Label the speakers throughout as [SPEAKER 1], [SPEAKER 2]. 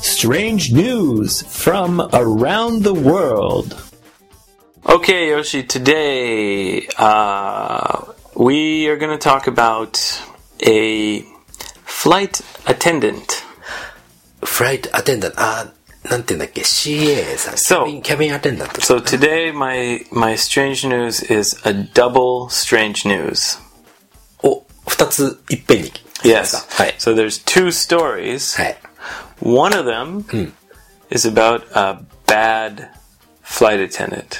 [SPEAKER 1] Strange news from around the world.
[SPEAKER 2] Okay, Yoshi, today uh, we are going to talk about a flight attendant.
[SPEAKER 3] フライトアテンダント、あー、なんて言うんだっけ、CA さん、キ
[SPEAKER 2] そう
[SPEAKER 3] ャビン、キャビンアテンダント。
[SPEAKER 2] So today my my strange news is a double strange news.
[SPEAKER 3] お、二ついっぺんに。
[SPEAKER 2] Yes.
[SPEAKER 3] はい。
[SPEAKER 2] So there's two stories.
[SPEAKER 3] はい。
[SPEAKER 2] One of them
[SPEAKER 1] Hmm.
[SPEAKER 2] is about a bad flight attendant.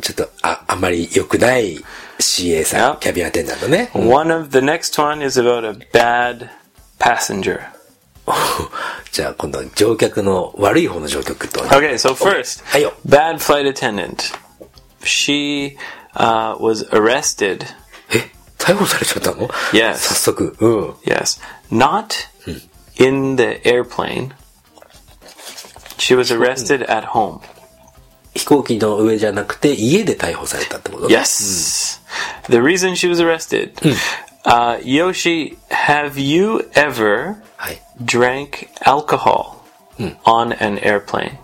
[SPEAKER 3] ちょっと、あ、あんまり良くない CA さ
[SPEAKER 2] Yeah.
[SPEAKER 3] ん、キャビンアテンダントね。
[SPEAKER 2] One of the next one is about a bad passenger.
[SPEAKER 3] じゃあ、今度は乗客の悪い方の乗客と。
[SPEAKER 2] Okay, so first,
[SPEAKER 3] はいよ。
[SPEAKER 2] bad flight attendant. She uh, was arrested.
[SPEAKER 3] え、逮捕されちゃったの
[SPEAKER 2] Yes.
[SPEAKER 3] 早速。うん。
[SPEAKER 2] Yes, not in the airplane. She was arrested at home.
[SPEAKER 3] 飛行機の上じゃなくて、家で逮捕されたってこと
[SPEAKER 2] Yes. The reason she was arrested. Uh, Yoshi, have you ever
[SPEAKER 3] はい。
[SPEAKER 2] drank alcohol on an airplane?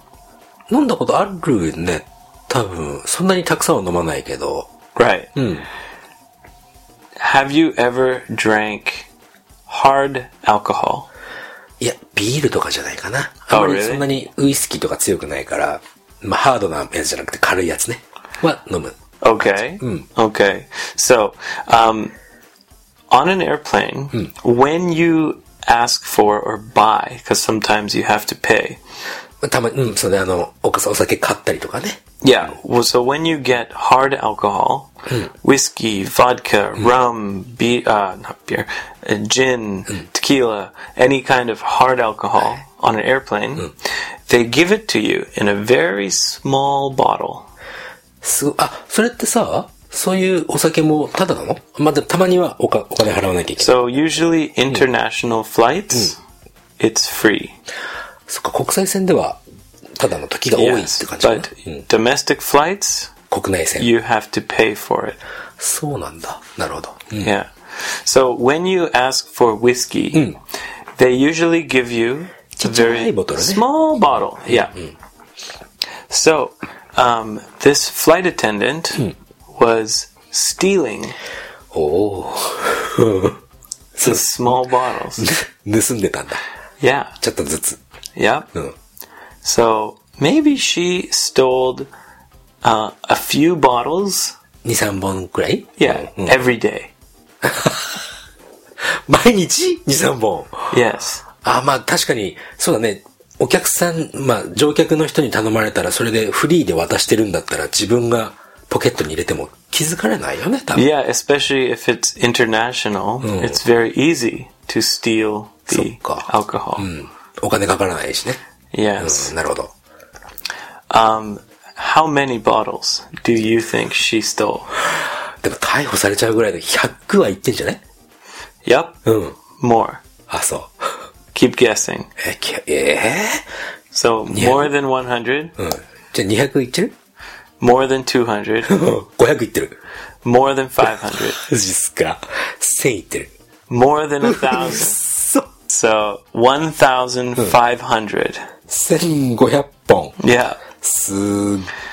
[SPEAKER 3] 飲んだことあるね。多分、そんなにたくさんは飲まないけど。
[SPEAKER 2] Right. Have you ever drank hard alcohol?
[SPEAKER 3] いや、ビールとかじゃないかな。あんま
[SPEAKER 2] really?
[SPEAKER 3] りそんなにウイスキーとか強くないから、まあ、ハードなやつじゃなくて軽いやつね。は飲む。
[SPEAKER 2] Okay. Hmm. Okay. So, um, on an airplane, when you ask for or buy, because sometimes you have to pay.
[SPEAKER 3] たまに、うん、それあの、おかさ、お酒買ったりとかね。
[SPEAKER 2] Yeah. Well, so when you get hard alcohol, whiskey, vodka, rum, be- uh, not beer, uh, gin, tequila, any kind of hard alcohol on an airplane, they give it to you in a very small bottle.
[SPEAKER 3] すごあ、それってさ、そういうお酒もタダなのまあ、でもたまにはおかお金払わなきゃいけない。
[SPEAKER 2] So usually international flights, it's free.
[SPEAKER 3] そっか、国際線では、タダの時が多いって
[SPEAKER 2] Yes,
[SPEAKER 3] 感じかな
[SPEAKER 2] but
[SPEAKER 3] うん、
[SPEAKER 2] domestic flights,
[SPEAKER 3] 国内線。
[SPEAKER 2] you have to pay for it.
[SPEAKER 3] そうなんだ。なるほど。うん
[SPEAKER 2] Yeah. So when you ask for whiskey, they usually give you a
[SPEAKER 3] ちっちゃい
[SPEAKER 2] very
[SPEAKER 3] ボトルね。
[SPEAKER 2] small bottle. Yeah. So um, this flight attendant was stealing
[SPEAKER 3] おお
[SPEAKER 2] the small bottles.
[SPEAKER 3] 盗んでたんだ。
[SPEAKER 2] Yeah.
[SPEAKER 3] ちょっとずつ。
[SPEAKER 2] Yeah.
[SPEAKER 3] うん。
[SPEAKER 2] So maybe she stole uh, a few bottles.
[SPEAKER 3] 2、3本くらい
[SPEAKER 2] Yeah.
[SPEAKER 3] うん
[SPEAKER 2] Every day.
[SPEAKER 3] 毎日 ?2、3本。
[SPEAKER 2] Yes.
[SPEAKER 3] あ、まあ確かに、そうだね。お客さん、まあ乗客の人に頼まれたら、それでフリーで渡してるんだったら、自分がポケットに入れても気づかれないよね、多分。
[SPEAKER 2] Yeah, especially if it's international, it's very easy to steal the
[SPEAKER 3] そっか。
[SPEAKER 2] alcohol.
[SPEAKER 3] うんお金かからないしね。
[SPEAKER 2] Yes.
[SPEAKER 3] うん、なるほど。
[SPEAKER 2] Um, how many bottles do you think she stole?
[SPEAKER 3] でも逮捕されちゃうぐらいで100はいってんじゃない
[SPEAKER 2] Yep.
[SPEAKER 3] うん。
[SPEAKER 2] More.
[SPEAKER 3] あ、そう。
[SPEAKER 2] Keep guessing.
[SPEAKER 3] え、きえ
[SPEAKER 2] So more than 100,
[SPEAKER 3] ーうん。じゃあ200いってる
[SPEAKER 2] more than 200,
[SPEAKER 3] 500いってる。
[SPEAKER 2] more than 500,
[SPEAKER 3] マジっすか。1000いってる。
[SPEAKER 2] more than
[SPEAKER 3] くっ
[SPEAKER 2] 1,000.
[SPEAKER 3] そ。
[SPEAKER 2] So 1,500.
[SPEAKER 3] 1500本。
[SPEAKER 2] Yeah.
[SPEAKER 3] すっ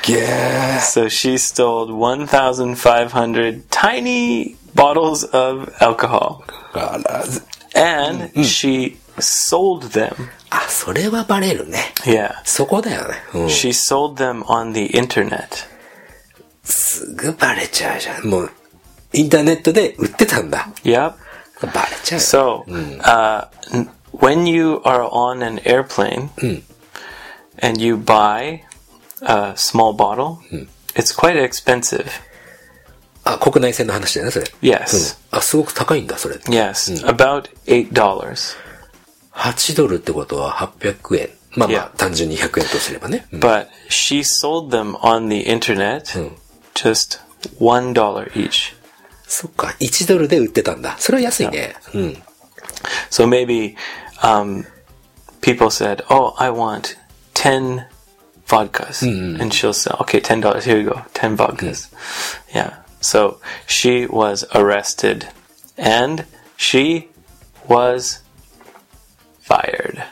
[SPEAKER 3] げえ。
[SPEAKER 2] So she stole 1,500 tiny bottles of alcohol.
[SPEAKER 3] あら、ず
[SPEAKER 2] and she sold them.
[SPEAKER 3] あ、それはバレるね。
[SPEAKER 2] Yeah.
[SPEAKER 3] そこだよね。うん。
[SPEAKER 2] She sold them on the internet.
[SPEAKER 3] すぐバレちゃうじゃん。もう、インターネットで売ってたんだ。
[SPEAKER 2] Yep.
[SPEAKER 3] バレちゃうよ。
[SPEAKER 2] So, uh, n- when you are on an airplane and you buy a small bottle, it's quite expensive.
[SPEAKER 3] あ、国内線の話だよね、それ。
[SPEAKER 2] Yes.
[SPEAKER 3] うん。あ、すごく高いんだ、それ。
[SPEAKER 2] Yes. About $8.
[SPEAKER 3] 8ドルってことは800円。まあまあ
[SPEAKER 2] Yeah.、
[SPEAKER 3] 単純に100円とすればね。うん
[SPEAKER 2] But she sold them on the internet just $1 each.
[SPEAKER 3] そっか、1ドルで売ってたんだ。それは安いね。うん。
[SPEAKER 2] So maybe um, people said, "Oh, I want ten vodkas," and she'll say, "Okay, ten dollars. Here you go, ten vodkas." Yeah. So she was arrested, and she was fired.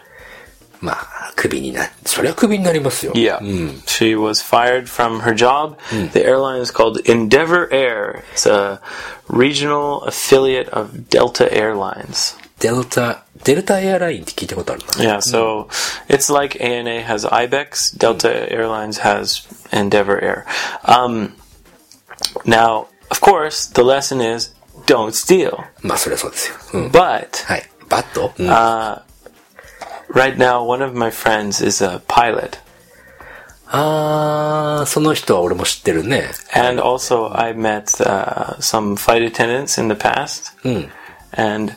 [SPEAKER 3] まあ、クビにな、そりゃクビになりますよ。
[SPEAKER 2] Yeah. Hmm. She was fired from her job. The airline is called Endeavor Air. It's a regional affiliate of Delta Airlines.
[SPEAKER 3] デルタ、デルタエアラインって聞いたことある
[SPEAKER 2] Yeah,
[SPEAKER 3] な。
[SPEAKER 2] so it's like ANA has IBEX, Delta Airlines has Endeavor Air. Um, now, of course, the lesson is don't steal.
[SPEAKER 3] まあ、そりゃそうですよ。うん。
[SPEAKER 2] But
[SPEAKER 3] はい。バット、うん
[SPEAKER 2] right now, one of my friends is a pilot.
[SPEAKER 3] あー、その人は俺も知ってるね。
[SPEAKER 2] And also, I met uh, some flight attendants in the past, and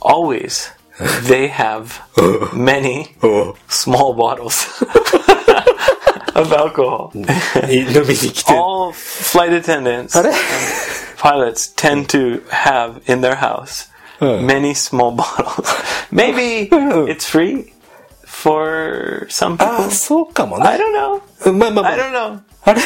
[SPEAKER 2] always they have many
[SPEAKER 3] お
[SPEAKER 2] small bottles of alcohol.
[SPEAKER 3] 飲みに来て。
[SPEAKER 2] All flight attendants,
[SPEAKER 3] れ
[SPEAKER 2] pilots tend to have in their house many small bottles. Maybe it's free for some
[SPEAKER 3] あ
[SPEAKER 2] people.
[SPEAKER 3] ー、そうかもね。
[SPEAKER 2] I don't know.
[SPEAKER 3] うんまあまあま
[SPEAKER 2] I
[SPEAKER 3] あ。
[SPEAKER 2] don't know.
[SPEAKER 3] あれ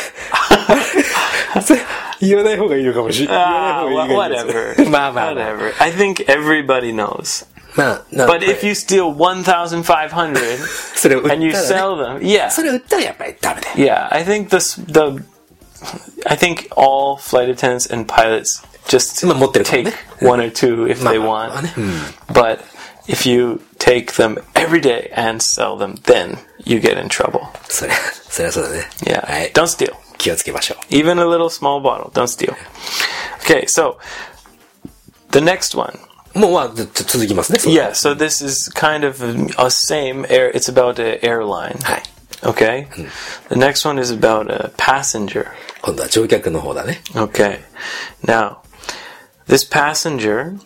[SPEAKER 3] それ言わない方がいいのかもしれな
[SPEAKER 2] Ah,
[SPEAKER 3] い。言わ
[SPEAKER 2] wha-
[SPEAKER 3] ない方がいいかもし
[SPEAKER 2] whatever.
[SPEAKER 3] れないまあまあまあ。
[SPEAKER 2] whatever. I think everybody knows.
[SPEAKER 3] まあ、な
[SPEAKER 2] But if you steal 1,500
[SPEAKER 3] それを売ったら
[SPEAKER 2] and you
[SPEAKER 3] ね、
[SPEAKER 2] sell them, yeah,
[SPEAKER 3] それ売ったらやっぱりダメだよ。
[SPEAKER 2] yeah. I think this the. I think all flight attendants and pilots just
[SPEAKER 3] まあ持ってるから
[SPEAKER 2] take
[SPEAKER 3] ね。
[SPEAKER 2] one or two if
[SPEAKER 3] まあ
[SPEAKER 2] they
[SPEAKER 3] まあ
[SPEAKER 2] want.
[SPEAKER 3] ね。うん
[SPEAKER 2] But if you take them every day and sell them, then you get in trouble.
[SPEAKER 3] そりゃ、そりゃそうだね。
[SPEAKER 2] Yeah.
[SPEAKER 3] はい。
[SPEAKER 2] Don't steal.
[SPEAKER 3] 気をつけましょう。
[SPEAKER 2] Even a little small bottle. Don't steal. Okay, so the next one.
[SPEAKER 3] もうまあ、ちょっと続きますね。
[SPEAKER 2] Yeah, so this is kind of a same air. It's about an airline.
[SPEAKER 3] はい。
[SPEAKER 2] Okay. The next one is about a passenger.
[SPEAKER 3] 今度は乗客の方だね。
[SPEAKER 2] Okay. Now, this passenger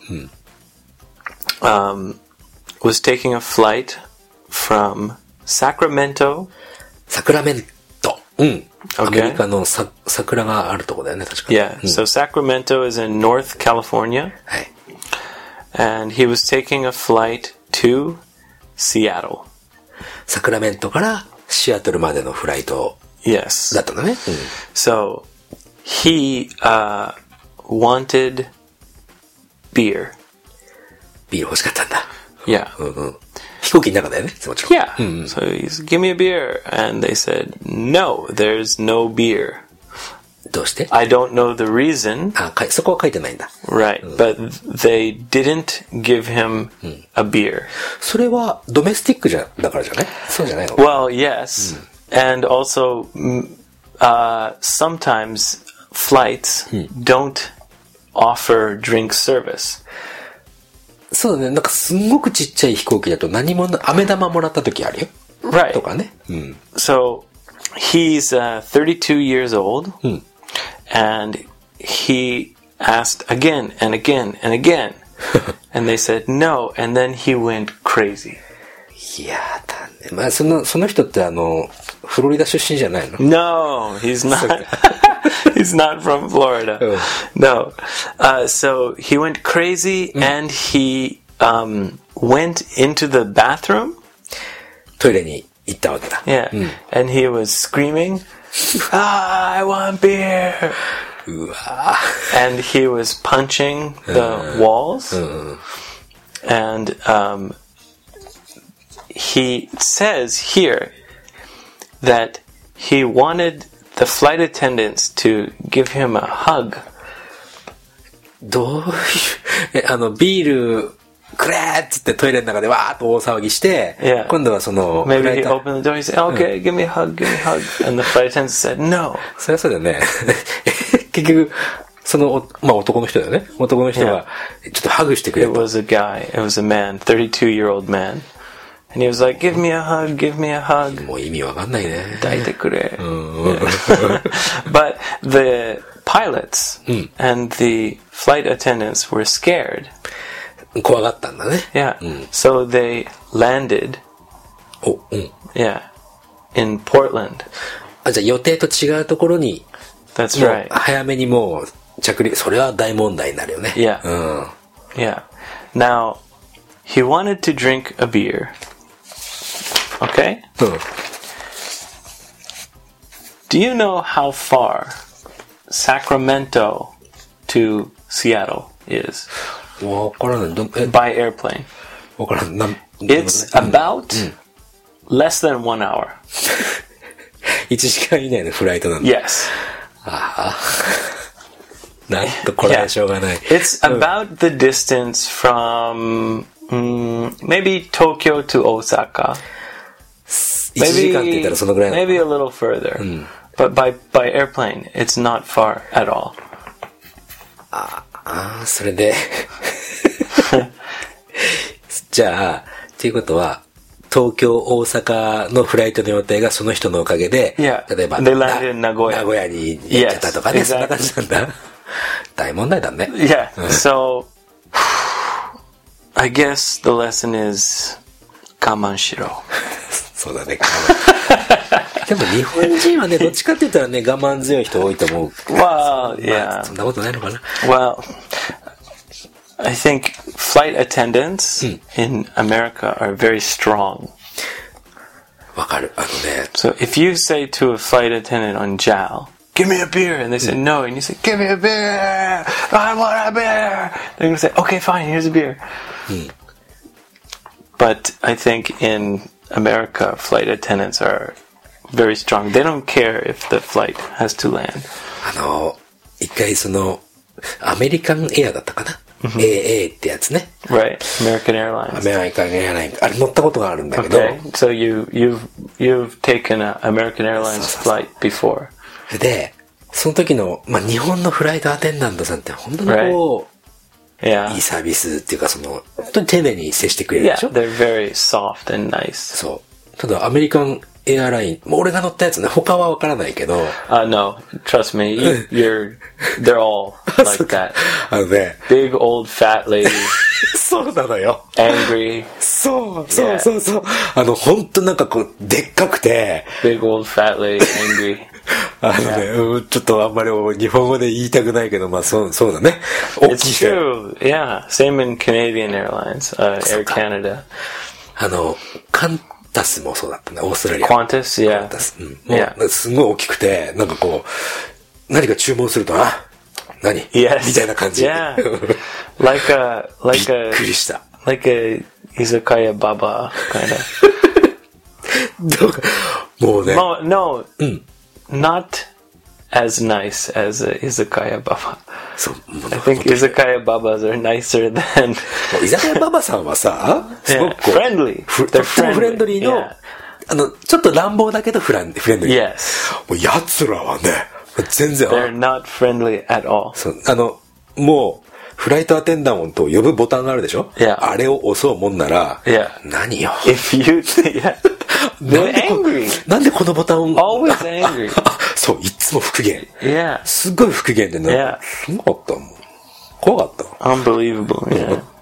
[SPEAKER 2] um, was taking a flight from Sacramento.
[SPEAKER 3] サクラメント。うん。アメリカのさ桜があるとこだよね、確かに。
[SPEAKER 2] Yeah. So Sacramento is in North California,
[SPEAKER 3] はい。
[SPEAKER 2] and he was taking a flight to Seattle.
[SPEAKER 3] サクラメントからシアトルまでのフライト
[SPEAKER 2] Yes.
[SPEAKER 3] だったのね。
[SPEAKER 2] So he uh, wanted beer.
[SPEAKER 3] ビール欲しかったんだ。
[SPEAKER 2] Yeah.
[SPEAKER 3] うんうん。飛行機の中だよね、もちろん。
[SPEAKER 2] Yeah. So he's, give me a beer. And they said, no, there's no beer.
[SPEAKER 3] どうして
[SPEAKER 2] I don't know the reason.
[SPEAKER 3] あ、かいそこは書いてないんだ。
[SPEAKER 2] Right. But they didn't give him a beer.
[SPEAKER 3] それはドメスティックじゃ、だからじゃないそうじゃないの
[SPEAKER 2] Well, yes. And also, mm, uh, sometimes flights don't offer drink service.
[SPEAKER 3] そうだね。なんかすんごくちっちゃい飛行機だと何もな、飴玉もらった時あるよ。
[SPEAKER 2] Right.
[SPEAKER 3] とかね。うん。
[SPEAKER 2] So he's uh, 32 years old, and he asked again and again and again, and they said no, and then he went crazy.
[SPEAKER 3] いやー、だね。まあ、その、その人ってあの、フロリダ出身じゃないの
[SPEAKER 2] No, he's not. he's not from Florida.
[SPEAKER 3] Oh.
[SPEAKER 2] No. Uh, so he went crazy, and he um, went into the bathroom.
[SPEAKER 3] トイレに行ったわけだ。
[SPEAKER 2] Yeah, and he was screaming, "Ah, I want beer!"
[SPEAKER 3] うわ
[SPEAKER 2] and he was punching the walls. And um, he says here that he wanted the flight attendants to give him a hug.
[SPEAKER 3] どういう、 え、あの、ビール、くれーっつってトイレの中でわーっと大騒ぎして、
[SPEAKER 2] Yeah.
[SPEAKER 3] 今度はその、フラ
[SPEAKER 2] Maybe he
[SPEAKER 3] イト
[SPEAKER 2] opened the door. He said, "Okay, give me a hug, give me a hug." And the flight attendants said, "No."
[SPEAKER 3] そりゃそうだよね。 結局、そのお、まあ男の人だよね。男の人が、ちょっとハグしてくれ
[SPEAKER 2] It
[SPEAKER 3] と。
[SPEAKER 2] was a guy. It was a man, thirty-two-year-old man, and he was like, "Give me a hug, give me a hug."
[SPEAKER 3] もう意味わかんないね。
[SPEAKER 2] 抱いてくれ。Yeah. but the pilots and the flight attendants were scared.
[SPEAKER 3] 怖がったんだね。
[SPEAKER 2] Yeah. So they landed,
[SPEAKER 3] お、うん。
[SPEAKER 2] yeah, in Portland.
[SPEAKER 3] あ、じゃあ予定と違うところに、
[SPEAKER 2] That's
[SPEAKER 3] もう
[SPEAKER 2] right.
[SPEAKER 3] 早めにもう着陸、それは大問題になるよね。
[SPEAKER 2] いや
[SPEAKER 3] うん。
[SPEAKER 2] Yeah. Now, he wanted to drink a beer. Okay?
[SPEAKER 3] うん。
[SPEAKER 2] Do you know how far Sacramento to Seattle is
[SPEAKER 3] わからない。ど、え、
[SPEAKER 2] by airplane?
[SPEAKER 3] わからん。なん、
[SPEAKER 2] It's about less than one hour.
[SPEAKER 3] 1時間以内のフライトなんだ。
[SPEAKER 2] Yes.
[SPEAKER 3] ああ。なんと、これはしょうがない。
[SPEAKER 2] It's about the distance from mm, maybe Tokyo to Osaka.
[SPEAKER 3] 1時間って言ったらそのぐらいなの
[SPEAKER 2] maybe a little further. But by, by airplane, it's not far at all.
[SPEAKER 3] ああ、それで。 じゃあ、っていうことは、東京、大阪のフライトの予定がその人のおかげで、
[SPEAKER 2] Yeah.
[SPEAKER 3] 例えば、
[SPEAKER 2] They landed in
[SPEAKER 3] な
[SPEAKER 2] Nagoya.
[SPEAKER 3] 名古屋に行っちゃったとかね、
[SPEAKER 2] Yes,
[SPEAKER 3] そんな感じなんだ。大問題だね。
[SPEAKER 2] Yeah, so I guess the lesson is Kamanshiro.
[SPEAKER 3] そうだね。でも日本人はね、どっちかって言ったらね、我慢強い人多いと思う。
[SPEAKER 2] Well,
[SPEAKER 3] ま
[SPEAKER 2] yeah.
[SPEAKER 3] あ、そんなことないのかな。
[SPEAKER 2] Well, I think flight attendants in America are very strong.
[SPEAKER 3] わかる。あのね、
[SPEAKER 2] So if you say to a flight attendant on JAL, give me a beer, and they say no, and you say, give me a beer, I want a beer, they're going to say, okay, fine, here's a beer. But I think in America, flight attendants are very strong. They don't care if the flight has to land.
[SPEAKER 3] あの、一回その、アメリカンエアだったかな ?AA ってやつね。
[SPEAKER 2] Right, American
[SPEAKER 3] ア
[SPEAKER 2] Airlines.
[SPEAKER 3] メリカンエアライン。あれ乗ったことがあるんだけど、
[SPEAKER 2] Okay, so you you've you've taken an American Airlines
[SPEAKER 3] So- so-
[SPEAKER 2] flight before.
[SPEAKER 3] で、その時の、まあ、日本のフライトアテンダントさんって本当にこう、
[SPEAKER 2] Yeah,
[SPEAKER 3] いいサービスっていうかその、本当に丁寧に接してくれる
[SPEAKER 2] yeah,
[SPEAKER 3] でしょ
[SPEAKER 2] they're very soft and nice.
[SPEAKER 3] そう。ただアメリカンエアライン、もう俺が乗ったやつね、他はわからないけど、
[SPEAKER 2] Uh, no, trust me, you, you're they're all like that.
[SPEAKER 3] あのね、
[SPEAKER 2] Big old fat lady,
[SPEAKER 3] そうなのよ。
[SPEAKER 2] angry,
[SPEAKER 3] そう、そうそうそう。あの、本当なんかこう、でっかくて、
[SPEAKER 2] big old fat lady, angry.
[SPEAKER 3] あのね、うんちょっとあんまり日本語で言いたくないけど、まあそう、そうだね。大き
[SPEAKER 2] It's
[SPEAKER 3] い人よ
[SPEAKER 2] true. Yeah, same in Canadian Airlines, uh, Air Canada,
[SPEAKER 3] あの、カンタスもそうだったね、オーストラリア。
[SPEAKER 2] Qantas.
[SPEAKER 3] カ
[SPEAKER 2] Yeah,
[SPEAKER 3] ンタス。うん。もう
[SPEAKER 2] yeah.
[SPEAKER 3] すごい大きくて、なんかこう、何か注文すると、あ何
[SPEAKER 2] Yes.
[SPEAKER 3] みたいな感じ。
[SPEAKER 2] Yeah. Like a
[SPEAKER 3] び
[SPEAKER 2] like
[SPEAKER 3] っ
[SPEAKER 2] a
[SPEAKER 3] くりした。
[SPEAKER 2] like a izakaya baba kind of.
[SPEAKER 3] どうかもうね、
[SPEAKER 2] No, no, not as nice as a izakaya baba.
[SPEAKER 3] そう、もう
[SPEAKER 2] I think
[SPEAKER 3] もう
[SPEAKER 2] izakaya babas are nicer than
[SPEAKER 3] 居酒屋ばばさんはさ、すご
[SPEAKER 2] yeah,
[SPEAKER 3] くこう、
[SPEAKER 2] friendly.
[SPEAKER 3] ふと
[SPEAKER 2] They're
[SPEAKER 3] ってもフレンドリー
[SPEAKER 2] friendly.
[SPEAKER 3] の
[SPEAKER 2] Yeah.、
[SPEAKER 3] あの、ちょっと乱暴だけどフランフレンドリー。
[SPEAKER 2] Yes,
[SPEAKER 3] もう奴らはね、全然、
[SPEAKER 2] they're not friendly at all.
[SPEAKER 3] そうあの、もう、フライトアテンダントを呼ぶボタンがあるでしょ
[SPEAKER 2] いや
[SPEAKER 3] あれを押そうもんなら、
[SPEAKER 2] Yeah.
[SPEAKER 3] 何よ。
[SPEAKER 2] If you, yeah,
[SPEAKER 3] なん
[SPEAKER 2] they're
[SPEAKER 3] でこ
[SPEAKER 2] angry.
[SPEAKER 3] なんでこのボタンを
[SPEAKER 2] Always angry.
[SPEAKER 3] あ そう、いっつも復元。
[SPEAKER 2] Yeah,
[SPEAKER 3] すっごい復元でね、
[SPEAKER 2] Yeah.
[SPEAKER 3] すごかったもん。怖かったわ。
[SPEAKER 2] unbelievable. Yeah.